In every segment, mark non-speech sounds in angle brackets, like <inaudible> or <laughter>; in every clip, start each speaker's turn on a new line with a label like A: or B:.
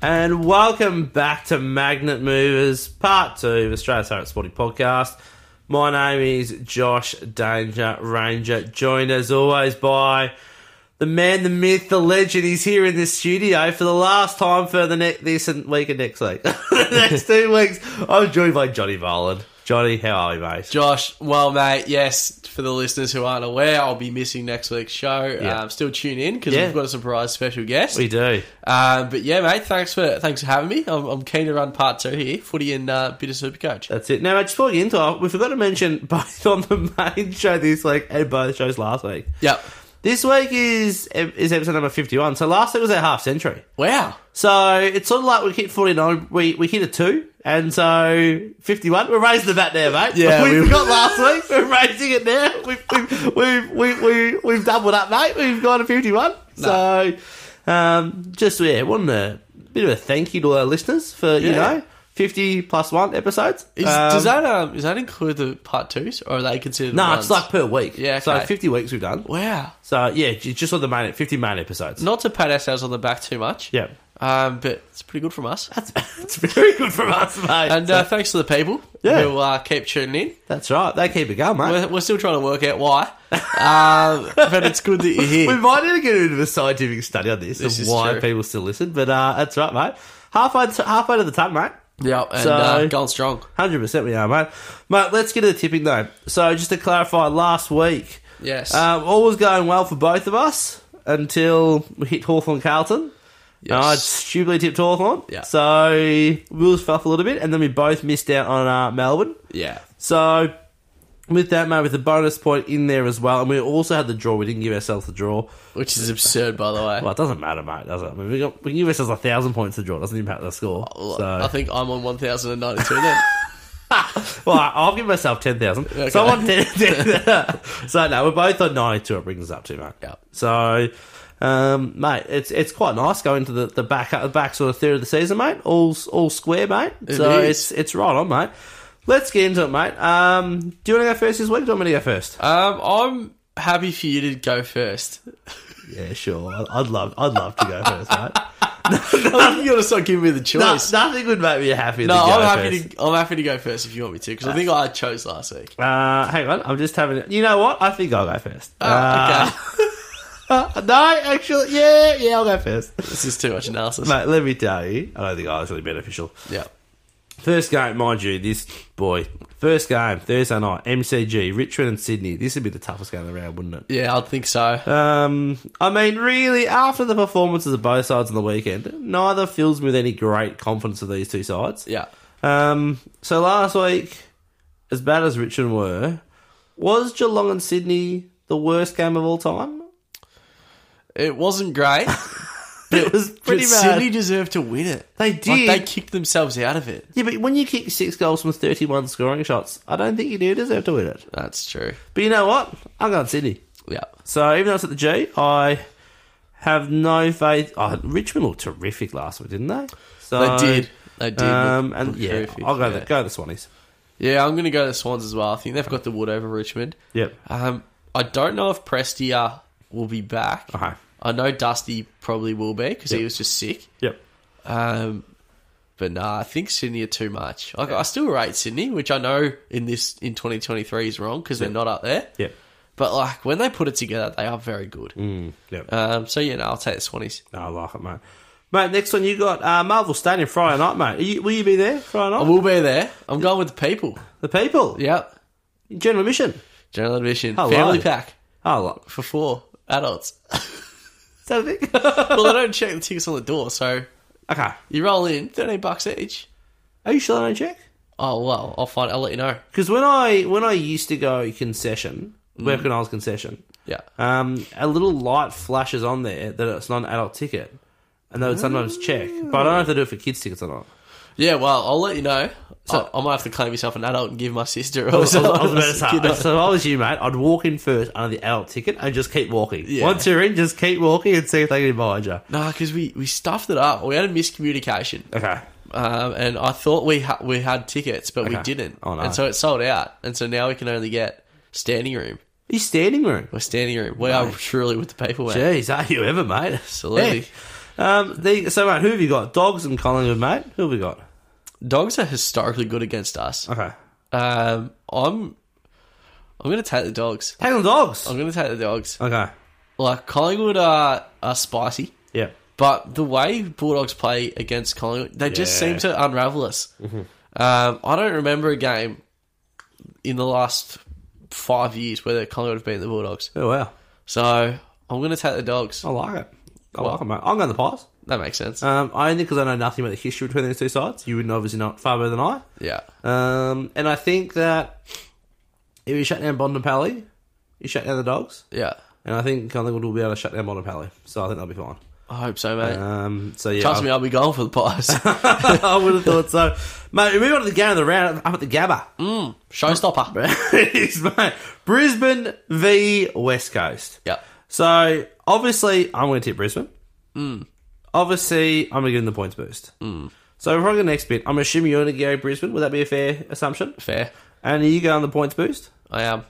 A: and welcome back to Magnet Movers, part two of Australia's Favorite Sporting Podcast. My name is Josh Danger Ranger, joined as always by the man, the myth, the legend. He's here in this studio for the last time for the ne- this and week and next week. <laughs> the next two weeks, I'm joined by Johnny Boland. Johnny, how are you, mate?
B: Josh, well, mate, yes, for the listeners who aren't aware, I'll be missing next week's show.
A: Yeah.
B: Um, still tune in because
A: Yeah.
B: we've got a surprise special guest.
A: we do.
B: Um, but yeah, mate, thanks for thanks for having me. I'm, I'm keen to run part two here, footy and uh, bit of supercoach.
A: That's it. Now, mate, just before we get into it, we forgot to mention both on the main show this week and both shows last week.
B: Yep.
A: This week is is episode number 51. So last week was our half century.
B: Wow.
A: So it's sort of like we hit 49, we, we hit a 2, and so 51. We're raising the bat there, mate.
B: Yeah,
A: we
B: we-
A: forgot last week. We're raising it now. We've, we've, we've, we've, we've, we've doubled up, mate. We've gone to 51. So um, just, yeah, wanted a bit of a thank you to our listeners for, you
B: Yeah.
A: know, 50 plus one episodes.
B: Is,
A: Um,
B: does that um, does that include the part twos or are they considered?
A: No,
B: ones?
A: it's like per week.
B: Yeah,
A: So
B: okay.
A: 50 weeks we've done.
B: wow.
A: So yeah, j- just on the main 50 main episodes.
B: Not to pat ourselves on the back too much.
A: Yeah.
B: Um, but it's pretty good from us.
A: <laughs> That's, that's very good from us, <laughs> mate.
B: And
A: So-
B: uh, thanks to the people
A: Yeah.
B: who uh, keep tuning in.
A: that's right. They keep it going, mate.
B: We're, we're still trying to work out why, <laughs> um, but it's good that
A: <laughs>
B: you're
A: We
B: here.
A: might need to get into a scientific study on this,
B: This
A: of
B: is
A: why
B: true.
A: people still listen. But uh, that's right, mate. Halfway, to, halfway to the top, mate.
B: Yeah, and
A: So-
B: uh, going strong.
A: Hundred percent, we are, mate. Mate, let's get to the tipping though. So just to clarify, last week,
B: Yes.
A: um, all was going well for both of us until we hit Hawthorn Carlton.
B: Yes.
A: I stupidly tipped Hawthorn.
B: Yeah.
A: So we was off a little bit, and then we both missed out on uh, Melbourne.
B: yeah.
A: So with that, mate, with the bonus point in there as well, and we also had the draw. We didn't give ourselves the draw.
B: Which is absurd, by the way.
A: Well, it doesn't matter, mate, does it? I mean, we, got, we can give ourselves a thousand points to draw. It doesn't impact the score.
B: Well,
A: so,
B: I <laughs> think I'm on
A: <laughs>
B: 1,092 then.
A: well, I- I'll give myself ten thousand. So I'm on ten. <laughs> 10 so no, we're both on ninety-two. It brings us up to, mate.
B: Yeah.
A: So, um, mate, it's it's quite nice going to the, the back uh, the back sort of third of the season, mate. All all square, mate. so
B: is.
A: it's it's right on, mate. Let's get into it, mate. Um, do you want to go first this week? Or do you want me to go first?
B: Um, I'm happy for you to
A: <laughs>
B: go first. <laughs>
A: Yeah, sure. I- I'd love, I'd love to go first, <laughs> mate.
B: You're to start giving me the
A: No,
B: choice.
A: nothing would make me happy.
B: No,
A: than go
B: I'm happy
A: first.
B: to. I'm happy to go first if you want me to, because I think I chose last week.
A: Uh, hang on, I'm just having. You know what? I think I'll go first.
B: Ah,
A: Uh, no, actually, yeah, yeah, I'll go first.
B: okay, this is too much analysis.
A: Mate, let me tell you, I don't think I was really beneficial.
B: Yeah,
A: First game, mind you, this boy. First game, Thursday night, MCG, Richmond and Sydney. This would be the toughest game of the round, wouldn't it?
B: yeah, I think so.
A: Um, I mean, really, after the performances of both sides on the weekend, neither fills me with any great confidence of these two sides.
B: Yeah,
A: Um, so last week, as bad as Richmond were, was Geelong and Sydney the worst game of all
B: <laughs>
A: time?
B: it
A: <laughs>
B: wasn't great.
A: It was pretty
B: but
A: bad.
B: Sydney deserved to win it.
A: They
B: Like,
A: did.
B: they kicked themselves out of it.
A: yeah, but when you kick six goals from 31 scoring shots, I don't think you do deserve to win it.
B: That's true.
A: But you know what? I'm going Sydney.
B: Yeah,
A: So even though it's at the G, I have no faith. Oh, Richmond looked terrific last week, didn't they?
B: they
A: So,
B: did. They did.
A: Um,
B: Look-
A: and
B: look
A: yeah,
B: terrific,
A: I'll go
B: yeah.
A: the, go the Swannies.
B: Yeah, I'm going to go to the Swans as well. I think they've got the wood over Richmond.
A: Yep.
B: Um, I don't know if Prestia will be back.
A: Okay.
B: I know Dusty probably will be because he
A: Yep.
B: was just sick.
A: Yep.
B: Um, but nah, I think Sydney are too much. I, I still rate Sydney, which I know in this in 2023 is wrong because they're not up there.
A: Yep.
B: But like when they put it together, they are very good.
A: Mm, yep.
B: Um, so yeah, no, I'll take the Swannies.
A: No, I like it, mate. Mate, next one you got uh, Marvel Stadium Friday night, mate. Are you, will you be there Friday
B: I
A: night?
B: will be there. I'm going with the people.
A: The people,
B: Yep.
A: general admission.
B: General admission,
A: Hello.
B: family pack
A: Oh, look.
B: for four adults. <laughs>
A: Is that a thing? <laughs>
B: well, they don't check the tickets on the door, so
A: okay.
B: You roll in, thirteen bucks each.
A: Are you sure I don't check?
B: Oh well, I'll find. I'll let you know.
A: Because when I when I used to go concession,
B: Mm.
A: work when I was concession,
B: Yeah.
A: um, a little light flashes on there that it's not an adult ticket, and they would sometimes check. But I don't know if they do it for kids tickets
B: <laughs>
A: or not.
B: Yeah. Well, I'll let you know. So I, I might have to claim myself an adult and give my sister. Or
A: So, I was
B: <laughs>
A: about to
B: a kid
A: say, so if I was you, mate, I'd walk in first under the adult ticket and just keep walking.
B: Yeah.
A: Once you're in, just keep walking and see if they can invite you.
B: Nah, because we, we stuffed it up. We had a miscommunication,
A: Okay.
B: um, and I thought we ha- we had tickets, but we
A: Okay.
B: didn't.
A: Oh, no.
B: And so it sold out, and so now we can only get standing room.
A: You standing room.
B: We're standing room. We are truly with the people. mate.
A: Jeez, are you ever, mate?
B: Absolutely.
A: Heck. Um, the, so, mate, who have you got? Dogs and Collingwood, mate. Who have we got?
B: Dogs are historically good against us.
A: Okay,
B: Um, I'm, I'm going to take the dogs.
A: take on dogs.
B: I'm going to take the dogs.
A: Okay,
B: Like Collingwood are are spicy,
A: yeah.
B: but the way Bulldogs play against Collingwood, they just
A: Yeah. Mm-hmm.
B: seem to unravel us. Um, I don't remember a game in the last five years where Collingwood have beaten the Bulldogs.
A: Oh wow,
B: So I'm going to take the dogs.
A: I like it. I like it, mate. I'm going the Pies.
B: That makes sense.
A: Um, only because I know nothing about the history between these two sides. You would obviously know it far better than I.
B: yeah.
A: Um, and I think that if you shut down Bondapelli, you shut down the dogs,
B: Yeah.
A: and I think Collingwood will be able to shut down Bondapelli. So I think they'll be fine.
B: I hope so, mate.
A: Um, so yeah,
B: Trust
A: I-
B: me, I'll be going for the pies.
A: <laughs> I would have thought so. Mate, we move on to the game of the round up at the Gabba. <laughs>
B: Showstopper.
A: It's, mate, Brisbane v West Coast.
B: yeah.
A: So, obviously, I'm going to tip Brisbane. Obviously, I'm going to give them the points boost. So, before I go to the next bit, I'm assuming you're going to go Brisbane. Would that be a fair assumption?
B: Fair.
A: And are you going on the points boost?
B: I am.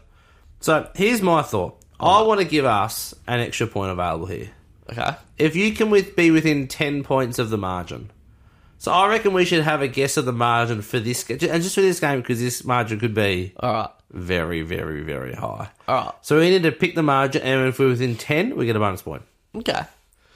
A: So, here's my thought. I want to give us an extra point available here.
B: Okay.
A: If you can with, be within 10 points of the margin. So I reckon we should have a guess of the margin for this ga- and just for this game because this margin could be
B: All right.
A: very, very, very high.
B: All right.
A: So we need to pick the margin, and if we're within 10, we get a bonus point.
B: Okay.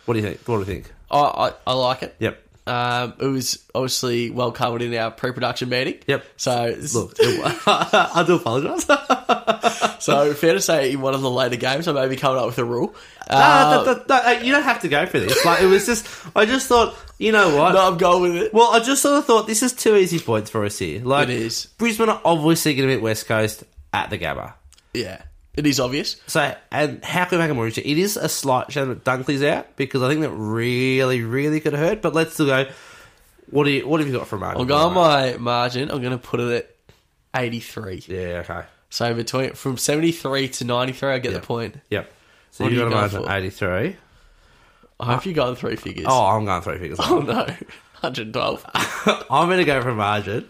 A: What do you think? What do you think?
B: I, I, I like it.
A: Yep. <laughs>
B: Um, it was obviously well covered in our pre-production meeting.
A: Yep.
B: So it's-
A: Look, it, I do <laughs> apologise.
B: Uh,
A: no,
B: so fair to say, in one of the later games, I may be coming up with a rule.
A: no,
B: Uh,
A: no, no, you don't have to go for this. Like it was just, I just thought, you know what?
B: no, I'm going with it.
A: Well, I just sort of thought this is two easy points for us here. Like
B: It is.
A: Brisbane are obviously going to beat West Coast at the Gabba.
B: Yeah, it is obvious.
A: So, and how can we make it more interesting? It is a slight shame that Dunkley's out because I think that really, really could hurt. But let's still go. What do you? What have you got for a margin?
B: I'll go on my margin. I'm going to put it at 83.
A: Yeah. Okay.
B: So between from 73 to 93, I get the point.
A: Yep. So
B: What
A: you
B: do
A: got a
B: you go
A: margin
B: for?
A: eighty-three.
B: I hope you go in three figures.
A: Oh, <laughs> I'm going three figures.
B: <laughs> Oh, no, 112.
A: I'm going to go for a margin.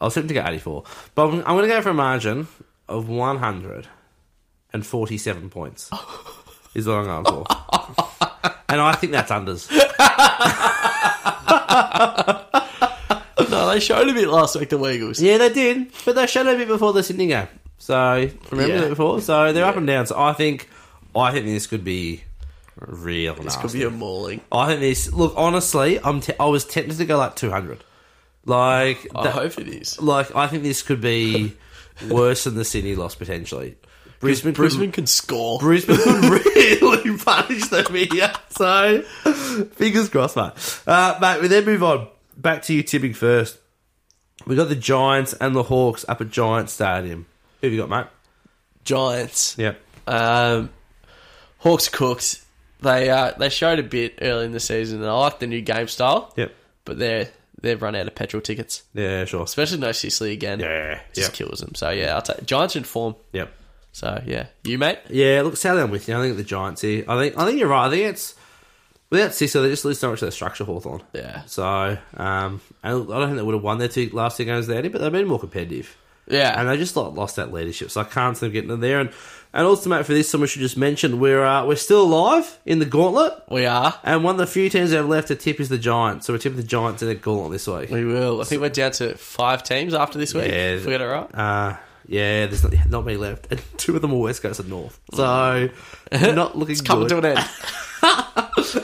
A: I was tempted to go eighty-four, but I'm, I'm going to go for a margin of one hundred and forty-seven
B: <laughs>
A: points. Is what I'm going for. and I think that's unders.
B: <laughs> no, they showed a bit last week. The Weagles.
A: Yeah, they did, but they showed a bit before the Sydney game. So remember
B: Yeah.
A: that before. So they're up and down. So I think, I think this could be real.
B: This
A: nasty.
B: could be a mauling.
A: I think this. Look, honestly, I'm. Te- I was tempted to go like 200. Like,
B: I
A: that-
B: hope it is.
A: like I think this could be worse than the Sydney loss potentially. Brisbane, could-
B: Brisbane can score. <laughs>
A: Brisbane could really <laughs> punish them here. So fingers crossed, mate. Uh, mate, we then move on back to you tipping first. We got the Giants and the Hawks up at Giant Stadium. Who have you got, mate?
B: Giants.
A: Yep.
B: Um, Hawks cooked. They uh, they showed a bit early in the season, and I like the new game style.
A: Yep.
B: But they're they've run out of petrol tickets,
A: Yeah, sure.
B: especially no Sicily again.
A: Yeah.
B: just
A: Yep.
B: kills them. So yeah, I'll take Giants in form.
A: Yep.
B: So yeah, you mate.
A: Yeah, look, sadly I'm with you. I think the Giants here. I think I think you're right. I think it's without Ciso, they just lose so much of their structure, Hawthorn.
B: Yeah,
A: So, um, and look, I don't think they would have won their two last two games there, but they've been more competitive.
B: yeah.
A: and they just like, lost that leadership. So I can't see them getting in there. And and also, mate, for this, someone should just mention we're uh, we're still alive in the gauntlet,
B: we are.
A: and one of the few teams that have left to tip is the Giants. So we're tipping the Giants in the gauntlet this week.
B: We will. I think we're down to five teams after this week.
A: Yeah.
B: if we get it right.
A: Uh, yeah, there's not, not many left, and <laughs> two of them are West Coast and North. So
B: Mm.
A: not
B: <laughs>
A: looking
B: Come
A: good.
B: to
A: <laughs>
B: an end.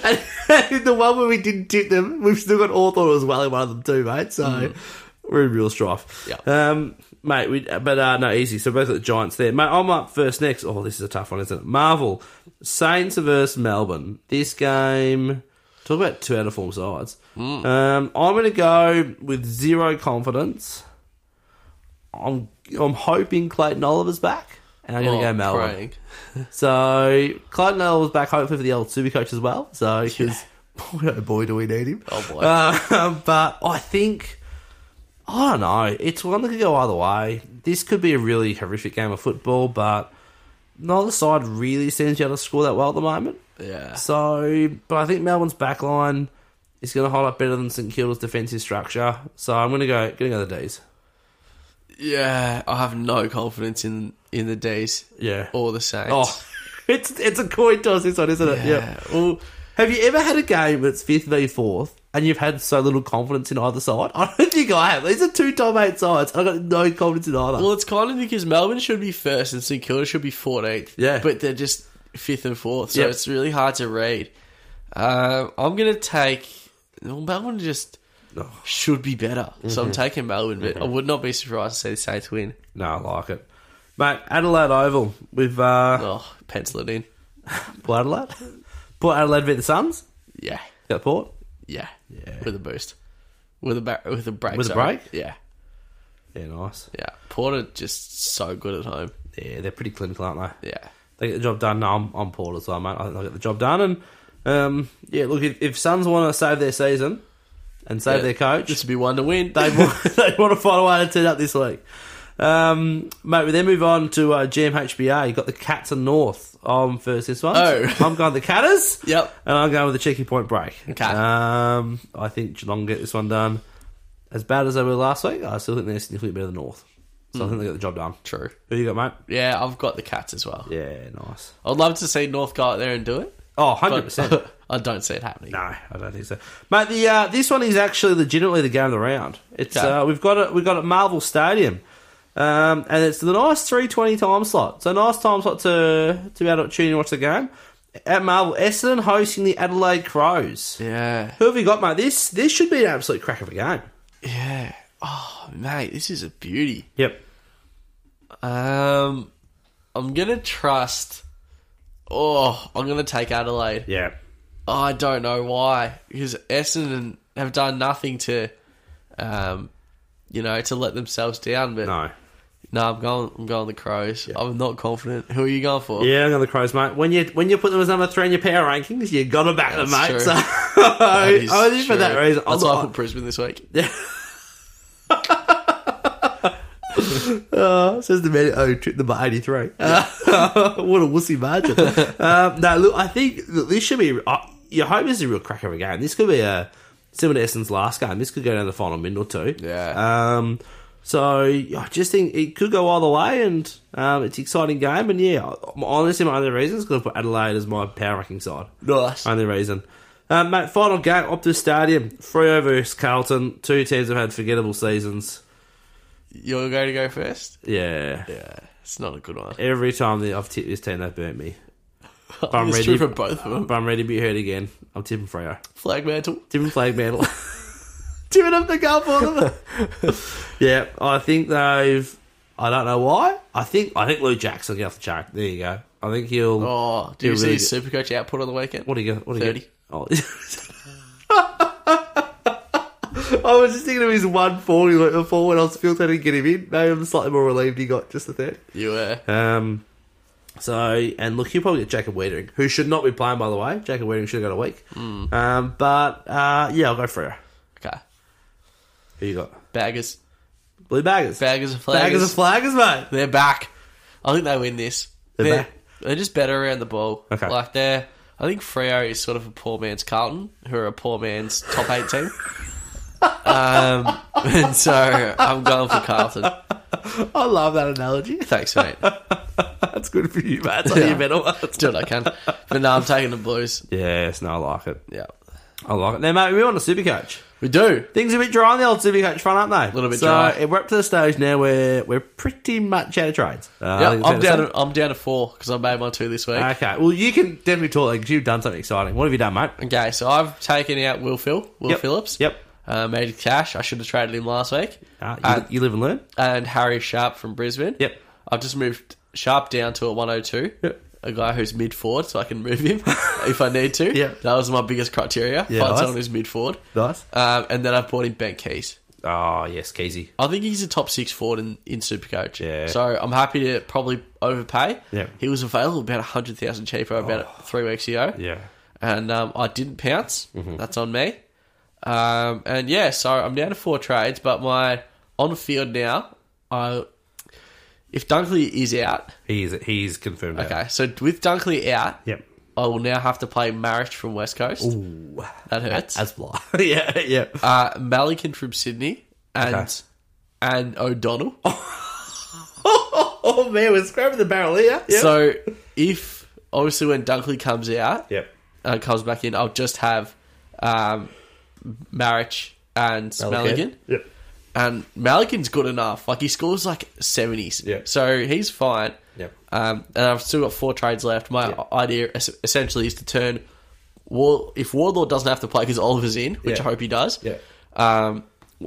A: and in <laughs> the one where we didn't tip them, we've still got Hawthorn as well in one of them too, mate. So we're in real strife.
B: Mm. Yeah.
A: Um, mate, we, but uh, no, easy. So both at the Giants there. Mate, I'm up first next. Oh, this is a tough one, isn't it? Marvel, Saints versus Melbourne. This game, talk about two out of form sides.
B: Mm.
A: Um, I'm going to go with zero confidence. I'm, I'm hoping Clayton Oliver's back. And I'm going to
B: Oh,
A: go Melbourne.
B: praying.
A: So Clyde Nell was back hopefully for the old super coach as well. So because <laughs> boy oh boy do we need him.
B: Oh, boy.
A: Uh, <laughs> but I think I don't know. It's one that could go either way. This could be a really horrific game of football, but neither side really seems to be able to score that well at the moment.
B: Yeah.
A: So, but I think Melbourne's back line is going to hold up better than St Kilda's defensive structure. So I'm going to go going to go the D's.
B: Yeah, I have no confidence in in the D's
A: Yeah.
B: or the Saints.
A: <laughs> Oh, it's it's a coin toss this one, isn't it?
B: Yeah. Well,
A: Have you ever had a game that's fifth v fourth and you've had so little confidence in either side? <laughs> I don't think I have. These are two top eight sides. I've got no confidence in either.
B: Well, it's kind of because Melbourne should be first and St Kilda should be 14th.
A: Yeah.
B: But they're just fifth and fourth, so
A: Yep.
B: it's really hard to read. Um, I'm going to take. Well, Melbourne just
A: Oh.
B: should be better. So
A: Mm-hmm.
B: I'm taking Melbourne, but I would not be surprised to see the Saints win.
A: no, I like it. Mate, Adelaide Oval with uh,
B: Oh, pencil it in.
A: Port Adelaide. Port Adelaide beat the Suns.
B: Yeah.
A: Got Port.
B: Yeah.
A: Yeah.
B: With a boost. With a, ba- with a break.
A: With a
B: sorry.
A: break?
B: Yeah.
A: Yeah, nice.
B: Yeah. Porter just so good at home.
A: Yeah, they're pretty clinical, aren't they?
B: Yeah.
A: They get the job done. No, I'm, I'm Port as well, mate. I think they get the job done. And um, yeah, look, if, if Suns want to save their season and save
B: Yeah.
A: their coach,
B: This would be one to win.
A: they <laughs> want, they want to find a way to turn up this week. Um, mate, we then move on to uh, GMHBA. You've got the Cats and North on first this one.
B: Oh.
A: <laughs> I'm going the Catters.
B: <laughs> <laughs> Yep.
A: And I'm going with the cheeky point break.
B: Okay.
A: Um, I think Geelong get this one done. As bad as they were last week, I still think they're significantly better than North. So I
B: Hmm.
A: think they got the job done.
B: True.
A: Who you got, mate?
B: Yeah, I've got the Cats as well.
A: Yeah, nice.
B: I'd love to see North go out there and do it.
A: Oh, 100%.
B: But <laughs> I don't see it happening.
A: No, I don't think so. Mate, the uh, this one is actually legitimately the game of the round. It's
B: Okay.
A: uh, we've got it we've got it at Marvel Stadium. Um, and it's the nice three twenty time slot. So nice time slot to to be able to tune in and watch the game. At Marvel Essendon hosting the Adelaide Crows.
B: Yeah.
A: Who have you got, mate? This this should be an absolute crack of a game.
B: Yeah. Oh, mate, this is a beauty.
A: Yep.
B: Um, I'm going to trust. Oh, I'm going to take Adelaide.
A: Yeah.
B: I don't know why. Because Essendon have done nothing to, um, you know, to let themselves down. But no,
A: No.
B: I'm going. I'm going the Crows. I'm not confident. Who are you going for?
A: Yeah, I'm going the Crows, mate. When you when you put them as number three in your power rankings, you got to back them,
B: That's
A: mate.
B: true.
A: So
B: <laughs> Oh, That is
A: I think for
B: true.
A: that reason,
B: That's why I
A: I'm,
B: put Brisbane this week.
A: Uh, says the man who tripped them by 83. Uh, <laughs> what a wussy margin. um, no, look, I think that this should be. Uh, you hope this is a real crack of a game. This could be a similar to Essendon's last game. This could go down to the final minute or two.
B: Yeah.
A: Um, so I just think it could go either way, and um, it's an exciting game. And yeah, honestly, my only reason is going to put Adelaide as my power ranking side.
B: Nice.
A: Only reason. Um, mate, final game, Optus Stadium. Freo versus Carlton. Two teams have had forgettable seasons.
B: You're going to go first.
A: Yeah.
B: Yeah, it's not a good one.
A: Every time that I've tipped this team, they've burnt me. I'm
B: It's
A: ready.
B: true for both of them.
A: But I'm ready to be hurt again. I'm tipping Freo.
B: Flag mantle.
A: Tipping flag
B: <laughs>
A: mantle. tipping up the goal for them. <laughs> yeah, I think they've. I don't know why. I think I think Lou Jackson get off the track. There you go. I think he'll.
B: Oh, do you
A: Yeah,
B: see
A: really
B: his Supercoach output on the weekend?
A: What do you get? What do you
B: 30.
A: get? Oh. <laughs> I was just thinking of his 140 like before when I was filtering to get him in. Maybe I'm slightly more relieved he got just the third.
B: You were.
A: Um, so, and look, he'll probably get Jacob Wiedering, who should not be playing, by the way. Jacob Wiedering should have got a week.
B: Hmm.
A: Um, but, uh, yeah, I'll go for her.
B: Okay.
A: Who you got?
B: Baggers.
A: Blue Baggers.
B: Baggers and flaggers.
A: baggers and Flaggers, mate.
B: They're back. I think they win this.
A: They're
B: they're,
A: back?
B: they're just better around the ball.
A: Okay.
B: Like they're. I think Freo is sort of a poor man's Carlton, who are a poor man's top eight
A: <laughs>
B: team. um, and so I'm going for Carlton.
A: I love that analogy. <laughs>
B: Thanks, mate.
A: That's good for you, mate. It's only
B: Yeah.
A: a better one.
B: Do what I can. But no, I'm taking the Blues.
A: Yes, no, I like it.
B: Yeah.
A: I like it. Now, mate, we're on a Supercoach.
B: We do.
A: Things are a bit dry on the old Supercoach front, aren't they? A
B: Little bit
A: so,
B: dry.
A: So, we're up to the stage now where we're pretty much out of trades. Uh, I
B: Yeah,
A: think it's
B: I'm
A: fair
B: down.
A: to
B: To, I'm down to four because I made my two this week.
A: say. Okay, well, you can definitely talk because you've done something exciting. What have you done, mate?
B: Okay, so I've taken out Will Phil, Will
A: Yep.
B: Phillips.
A: Yep.
B: Uh, made it cash. I should have traded him last week.
A: Uh, you,
B: and,
A: you live and learn.
B: and Harry Sharp from Brisbane.
A: Yep.
B: I've just moved Sharp down to a 102.
A: Yep.
B: A guy who's mid forward, so I can move him <laughs> if I need to.
A: Yep.
B: That was my biggest criteria.
A: Yeah,
B: find
A: nice.
B: someone who's mid forward.
A: Nice.
B: Um, and then I've bought in Ben Keys.
A: Oh, yes, Keezy.
B: I think he's a top six forward in, in Supercoach.
A: Yeah.
B: So I'm happy to probably overpay.
A: Yep.
B: He was available about 100000 cheaper about three weeks ago.
A: Oh, Yeah.
B: and um, I didn't pounce.
A: Mm-hmm.
B: That's on me. Um, and yeah, so I'm down to four trades, but my on field now, I if Dunkley is out,
A: He's he's confirmed. out.
B: okay, so with Dunkley out,
A: Yep.
B: I will now have to play Marich from West Coast.
A: Ooh.
B: That hurts.
A: As fly. <laughs> yeah, yeah.
B: Uh, Malikan from Sydney and
A: Okay.
B: and O'Donnell.
A: Oh man, we're scrapping the barrel here. Yep.
B: So if obviously when Dunkley comes out,
A: yep.
B: uh, comes back in, I'll just have um, Marich and Maligan.
A: Yep.
B: And Maligan's good enough. Like, he scores like 70s.
A: Yeah.
B: So he's fine.
A: Yep.
B: Um, and I've still got four trades left. My
A: Yeah.
B: idea es- essentially is to turn War if Wardlaw doesn't have to play because Oliver's in, which
A: Yeah.
B: I hope he does.
A: Yeah.
B: Um,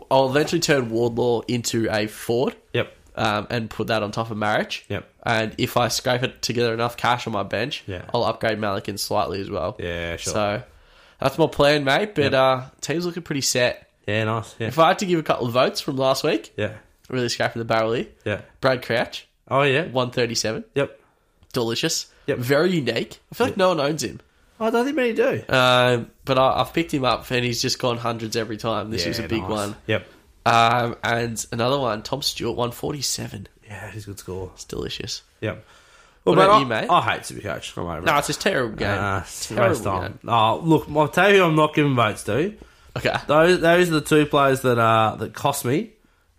B: I'll eventually turn Wardlaw into a Ford.
A: Yep.
B: Um, and put that on top of marriage.
A: Yep.
B: And if I scrape it together enough cash on my bench,
A: Yeah.
B: I'll upgrade Malikin slightly as well.
A: Yeah, sure.
B: So that's my plan, mate. But uh, team's looking pretty set.
A: Yeah, nice. Yeah.
B: If I had to give a couple of votes from last week,
A: Yeah.
B: really scraping the barrel here.
A: Yeah.
B: Brad Crouch,
A: Oh, yeah.
B: one thirty-seven
A: Yep.
B: delicious.
A: Yep.
B: Very unique. I feel like no one owns him.
A: I don't think many do.
B: Um, but I, I've picked him up and he's just gone hundreds every time. This is a
A: Yeah,
B: big
A: nice.
B: one.
A: Yep.
B: Um, and another one, Tom Stewart, 147.
A: Yeah, he's a good score.
B: It's delicious.
A: Yep. Well,
B: about
A: I,
B: you, mate?
A: I hate to be coached. I'm over it.
B: No, it's a terrible game.
A: Ah, it's
B: it's
A: a
B: a terrible
A: waste of
B: game.
A: time. Oh, look, I'll tell you who I'm not giving votes to.
B: Okay.
A: Those those are the two players that uh, that cost me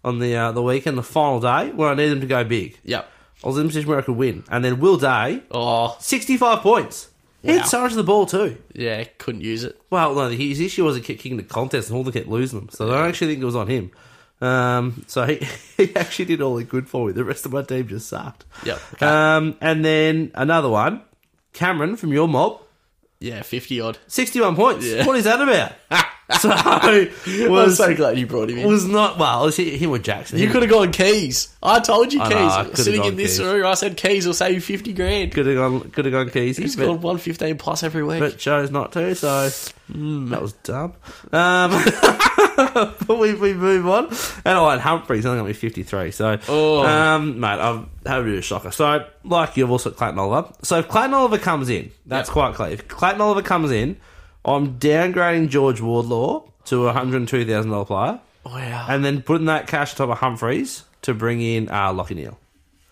A: on the uh, the weekend, the final day, where I need them to go big.
B: Yep.
A: I was in a position where I could win. And then Will Day,
B: Oh,
A: 65 points. He
B: Wow.
A: had so much of the ball too.
B: yeah, couldn't use it.
A: Well, no, his issue was he kept kicking the contest and all they kept losing them. So I don't actually think it was on him. Um, so he, <laughs> he actually did all he could for me. The rest of my team just sucked.
B: Yep. Okay.
A: Um, and then another one, Cameron from your mob,
B: yeah, 50 odd.
A: 61 points.
B: Yeah.
A: What is that about?
B: <laughs>
A: so was
B: I'm so glad you brought him in.
A: was not well. It was him or Jackson.
B: you could have gone keys. I told you
A: I
B: keys.
A: know, I could've
B: Sitting
A: gone
B: in this
A: Keys.
B: room, I said keys will save you 50 grand.
A: could have gone could have gone
B: He's
A: Keezy,
B: scored
A: but,
B: 115 plus every week.
A: but chose not to. So that was dumb. Um, <laughs> but we, we move on. And I had Humphreys. I think I'm at 53. So
B: Oh.
A: um, mate, I've had a bit of a shocker. So like you've also got Clayton Oliver. So if Clayton Oliver comes in, that's
B: Yep.
A: quite clear. If Clayton Oliver comes in, I'm downgrading George Wardlaw to a hundred two thousand dollar player.
B: wow.
A: and then putting that cash on top of Humphreys to bring in uh, Lockie Neal.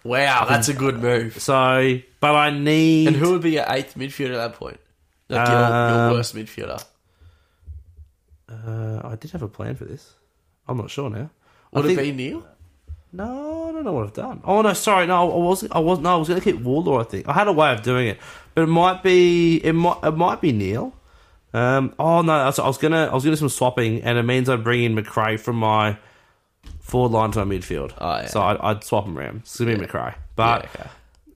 B: wow, that's a good move.
A: So, but I need
B: And who would be your eighth midfielder at that point? Like your, your
A: Um,
B: worst midfielder.
A: Uh, I did have a plan for this. I'm not sure now.
B: Would
A: I
B: it
A: think-
B: be Neil?
A: No, I don't know what I've done. Oh no, sorry, no, I was, I was, no, I was going to keep Warlord. I think I had a way of doing it, but it might be, it might, it might be Neil. Um, oh no, I was, I was gonna, I was gonna do some swapping, and it means I bring in McRae from my forward line to my midfield.
B: Oh, yeah.
A: So I'd, I'd swap him around. It's gonna be McRae, but
B: Yeah, okay.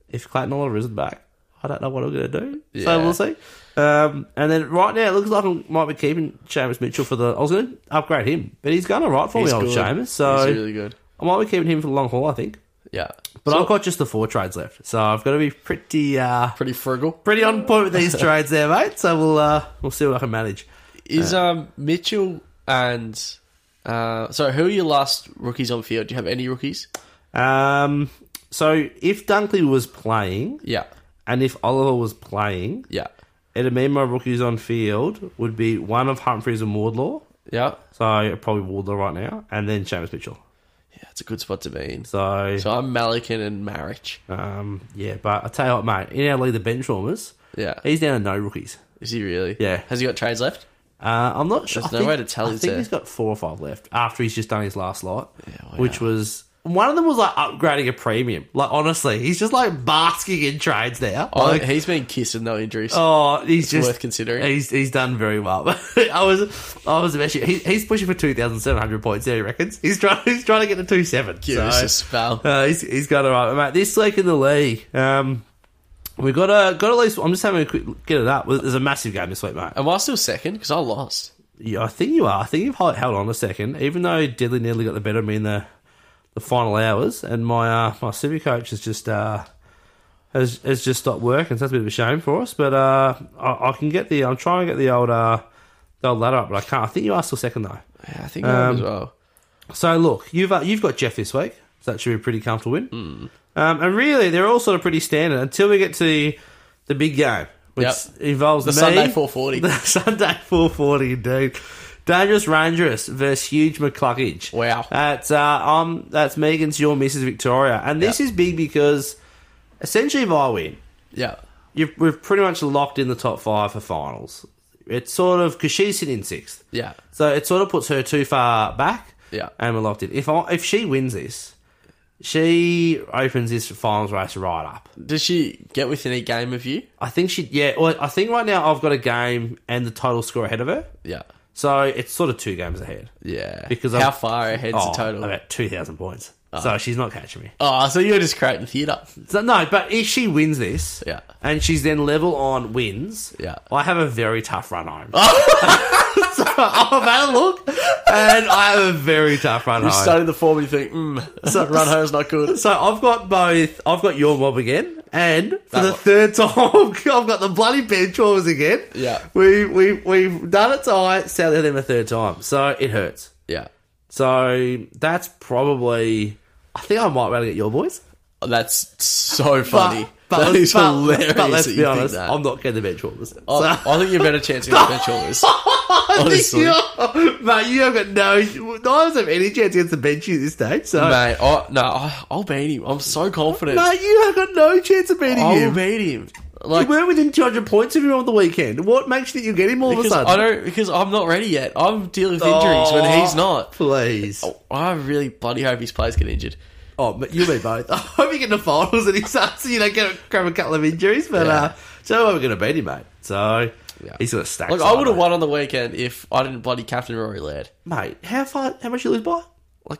A: if Clayton Oliver isn't back, I don't know what I'm going to do.
B: Yeah.
A: So we'll see. Um, and then right now, it looks like I might be keeping Seamus Mitchell for the. I was going to upgrade him, but he's going all right for
B: He's
A: me, old
B: good.
A: Seamus. So
B: He's really good.
A: I might be keeping him for the long haul, I think.
B: Yeah.
A: But
B: So,
A: I've got just the four trades left, so I've got to be pretty, uh,
B: pretty frugal.
A: pretty on point with
B: <laughs>
A: these trades there, mate. So we'll uh, we'll see what I can manage.
B: Is um Mitchell and uh so who are your last rookies on field? Do you have any rookies?
A: Um, so if Dunkley was playing
B: Yeah.
A: and if Oliver was playing,
B: Yeah.
A: it'd mean my rookies on field would be one of Humphreys and Wardlaw.
B: Yeah.
A: So probably Wardlow right now, and then Seamus Mitchell.
B: Yeah, it's a good spot to be in.
A: So,
B: So I'm Malikin and Marich.
A: um, yeah, but I tell you what, mate, in our league, the bench warmers,
B: Yeah.
A: he's down to no rookies.
B: Is he really?
A: Yeah.
B: Has he got trades left?
A: Uh, I'm not sure.
B: There's
A: I
B: no
A: think-
B: way to tell,
A: I
B: is
A: think
B: there?
A: he's got four or five left after he's just done his last lot,
B: wow.
A: which was one of them was like upgrading a premium. Like honestly, he's just like basking in trades now.
B: Oh,
A: Like,
B: he's been kissed and no injuries.
A: Oh, he's just
B: worth considering.
A: He's he's done very well. <laughs> I was I was actually he, he's pushing for two thousand seven hundred points there. He reckons he's trying he's trying to get to two seven.
B: Give us a spell.
A: Uh, he's, he's got all right, mate. This week in the league, um, we got a got at least. I'm just having a quick get it up. There's a massive game this week, mate.
B: Am I still second? Because I lost.
A: Yeah, I think you are. I think you've held held on a second, even though Diddley nearly got the better of me in the the final hours. And my uh, my super coach has just uh, has has just stopped working, so that's a bit of a shame for us. But uh, I, I can get the. I'm trying to get the old uh, the old ladder up, but I can't. I think you are still second though.
B: Yeah, I think I am
A: Um,
B: as well.
A: So look, you've uh, you've got Jeff this week, so that should be a pretty comfortable win. Um, and really, they're all sort of pretty standard until we get to the, the big game, which
B: Yep.
A: involves
B: The
A: me, <laughs>
B: Sunday 440.
A: the Sunday four forty, dude. Dangerous Rangerous versus Huge McCluckage.
B: Wow.
A: that's uh, um, that's Megan's your Mrs Victoria, and this is big because essentially, if I win,
B: Yeah.
A: you've, we've pretty much locked in the top five for finals. It's sort of because she's sitting in sixth.
B: Yeah.
A: So it sort of puts her too far back.
B: Yeah.
A: And we're locked in. If I, if she wins this, She opens this finals race right up.
B: Does she get within a game of you?
A: I think she, yeah, well, I think right now I've got a game and the total score ahead of her.
B: Yeah.
A: So it's sort of two games ahead.
B: Yeah.
A: Because
B: how
A: I'm-
B: far ahead's
A: Oh,
B: the total? Uh-huh.
A: About 2,000 points. So she's not catching me.
B: Oh, so you're just creating theatre.
A: So, no, but if she wins this,
B: Yeah.
A: and she's then level on wins,
B: Yeah.
A: I have a very tough run
B: <laughs>
A: home. <laughs> so I've had a look, and I have a very tough run
B: You're
A: home.
B: starting to form and you think,
A: <laughs>
B: mm, run home's not good.
A: so I've got both. I've got your mob again, and for
B: That
A: the
B: one.
A: third time, <laughs> I've got the bloody benchwarmers again.
B: Yeah.
A: we we we've done it. So I sell them a third time, so it hurts.
B: Yeah.
A: So that's probably. I think I might be able to get your boys.
B: Oh, that's so funny. that
A: let's-
B: is hilarious.
A: but let's
B: that you
A: be
B: think
A: honest,
B: that.
A: I'm not getting the benchwarmers. <laughs>
B: I, I think you're better chance against Ben Chalmers. Honestly. Mate,
A: Mate, you haven't no knives have any chance against the bench at this stage. So, mate,
B: I, oh, no, I, I'll beat him. I'm so confident.
A: you have got no chance of beating
B: I'll
A: him.
B: beat him.
A: you
B: Like,
A: were within 200 points of him on the weekend. What makes you think you'll get him all of a
B: because
A: sudden?
B: I don't, because I'm not ready yet. I'm dealing with injuries when he's
A: Oh,
B: not.
A: Please. Oh,
B: I really bloody hope his players get injured.
A: but you and me both. <laughs> I hope you get in the finals and he starts, you know, get grab a couple of injuries. But
B: Yeah.
A: uh, so we're going to beat him, mate. So
B: Yeah.
A: he's got a stack.
B: Like, I
A: side,
B: would have
A: mate.
B: won on the weekend if I didn't bloody captain Rory Laird.
A: Mate, how far? How much you lose by?
B: Like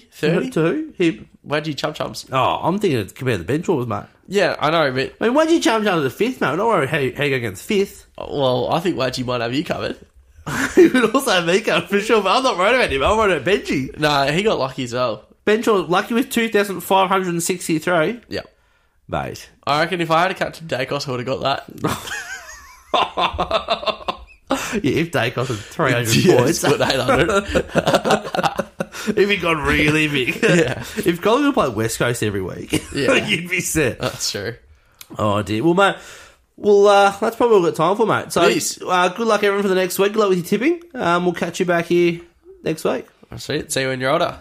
A: <laughs> To
B: 30?
A: who? Him.
B: Where'd you chum chums?
A: Oh, I'm thinking of compared to the bench warmers, mate.
B: Yeah, I know, but
A: I mean, why'd you jump down to the fifth, mate? Don't worry how you, how you go against fifth. <laughs>
B: well, I think Wadgy might have you covered.
A: he would also have Miko for sure, but I'm not worried about him. I'm worried about Benji.
B: Nah, he got lucky as well.
A: Benji lucky with 2,563.
B: Yeah,
A: Mate.
B: I reckon if I had a captain Dacos, I would have got <laughs> that.
A: Yeah, if Dacos had 300
B: <laughs> Yeah,
A: points,
B: it's got 800.
A: if he got really
B: <laughs>
A: big.
B: Yeah.
A: If Collingwood played West Coast every week, <laughs>
B: Yeah.
A: you'd be set.
B: That's true.
A: Oh, dear. Well, mate. Well, uh, that's probably all we've got time for, mate. So,
B: Please.
A: uh, good luck, everyone, for the next week. Good luck with your tipping. Um, we'll catch you back here next week.
B: Sweet. See you when you're older.